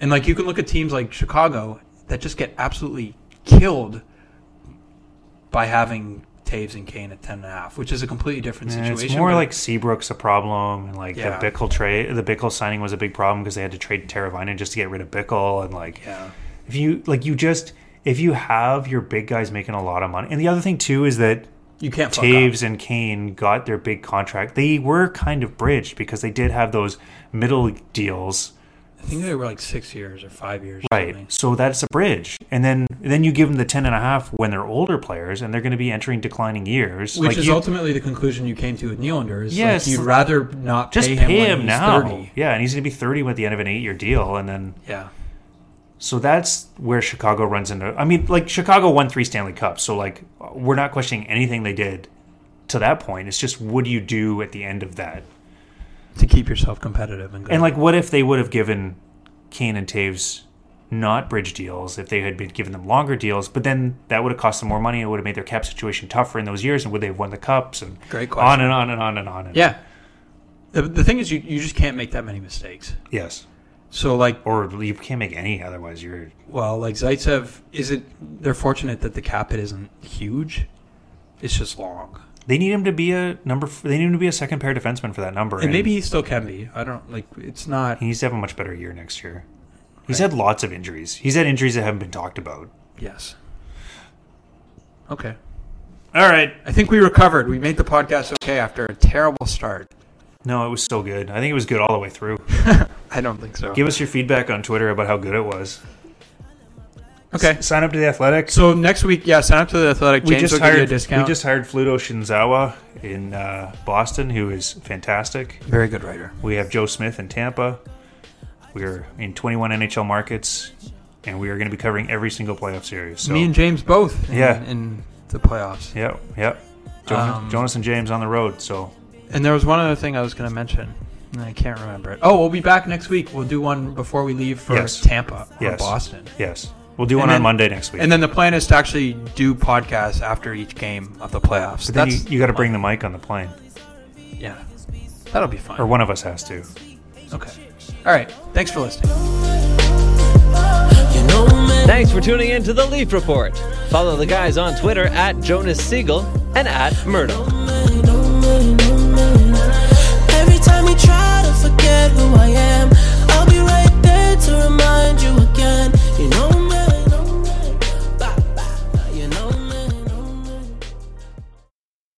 Speaker 4: And like you can look at teams like Chicago that just get absolutely killed by having Taves and Kane at 10 and a half, which is a completely different
Speaker 5: And
Speaker 4: situation.
Speaker 5: it's more
Speaker 4: but-
Speaker 5: like Seabrook's a problem, and like
Speaker 4: Yeah.
Speaker 5: the Bickle trade, the Bickle signing was a big problem because they had to trade Teravainen just to get rid of Bickle, and like
Speaker 4: yeah.
Speaker 5: if you like you just if you have your big guys making a lot of money, and the other thing too is that
Speaker 4: You can't fuck up.
Speaker 5: Taves and Kane got their big contract. They were kind of bridged because they did have those middle deals,
Speaker 4: I think they were like six years or five years. or something.
Speaker 5: right? So that's a bridge, and then then you give them the ten and a half when they're older players, and they're going to be entering declining years,
Speaker 4: Which
Speaker 5: Like,
Speaker 4: is
Speaker 5: you-
Speaker 4: ultimately the conclusion you came to with Nylander. Is
Speaker 5: Yes.
Speaker 4: like you'd rather not
Speaker 5: just
Speaker 4: pay
Speaker 5: pay,
Speaker 4: him, when
Speaker 5: him
Speaker 4: he's
Speaker 5: now.
Speaker 4: 30.
Speaker 5: Yeah, and he's going to be thirty at the end of an eight-year deal, and then
Speaker 4: Yeah,
Speaker 5: So that's where Chicago runs into. I mean, like Chicago won three Stanley Cups, so like we're not questioning anything they did to that point. It's just what do you do at the end of that?
Speaker 4: to keep yourself competitive and good.
Speaker 5: And like, what if they would have given Kane and Taves not bridge deals if they had been given them longer deals? But then that would have cost them more money. It would have made their cap situation tougher in those years, and would they have won the cups? And
Speaker 4: Great question.
Speaker 5: on and on and on and on. And
Speaker 4: yeah, the, the thing is, you, you just can't make that many mistakes.
Speaker 5: Yes.
Speaker 4: So like,
Speaker 5: Or you can't make any otherwise. You're
Speaker 4: well, like Zaitsev, is it? They're fortunate that the cap it isn't huge. It's just long,
Speaker 5: they need him to be a number. f- They need him to be a second pair defenseman for that number.
Speaker 4: and maybe he still can be. I don't like. It's not.
Speaker 5: He needs to have a much better year next year. He's had lots of injuries. He's had injuries that haven't been talked about.
Speaker 4: Yes. Okay.
Speaker 5: All right.
Speaker 4: I think we recovered. We made the podcast okay after a terrible start.
Speaker 5: No, it was still good. I think it was good all the way through.
Speaker 4: I don't think so.
Speaker 5: Give us your feedback on Twitter about how good it was.
Speaker 4: Okay.
Speaker 5: Sign up to the Athletic.
Speaker 4: So next week, yeah, sign up to the Athletic. James
Speaker 5: we just
Speaker 4: will give you a
Speaker 5: hired
Speaker 4: discount.
Speaker 5: we just hired Fluto Shinzawa in uh, Boston, who is fantastic.
Speaker 4: very good writer.
Speaker 5: We have Joe Smith in Tampa. We're in 21 NHL markets, and we are going to be covering every single playoff series. So,
Speaker 4: Me and James both. In,
Speaker 5: Yeah.
Speaker 4: in the playoffs.
Speaker 5: yeah, yeah. Jonas,
Speaker 4: Um,
Speaker 5: Jonas and James on the road. So
Speaker 4: And there was one other thing I was going to mention. and I can't remember it. Oh, we'll be back next week. We'll do one before we leave for
Speaker 5: Yes.
Speaker 4: Tampa or
Speaker 5: Yes.
Speaker 4: Boston.
Speaker 5: yes, we'll do one
Speaker 4: And
Speaker 5: on
Speaker 4: then-
Speaker 5: Monday next week.
Speaker 4: And then the plan is to actually do podcasts after each game of the playoffs.
Speaker 5: But then you,
Speaker 4: That's
Speaker 5: you got to bring the mic on the plane,
Speaker 4: yeah. That'll be fun.
Speaker 5: or one of us has to.
Speaker 4: Okay. All right. Thanks for listening.
Speaker 3: Thanks for tuning in to the Leaf Report. Follow the guys on Twitter at Jonas Siegel and at Myrtle.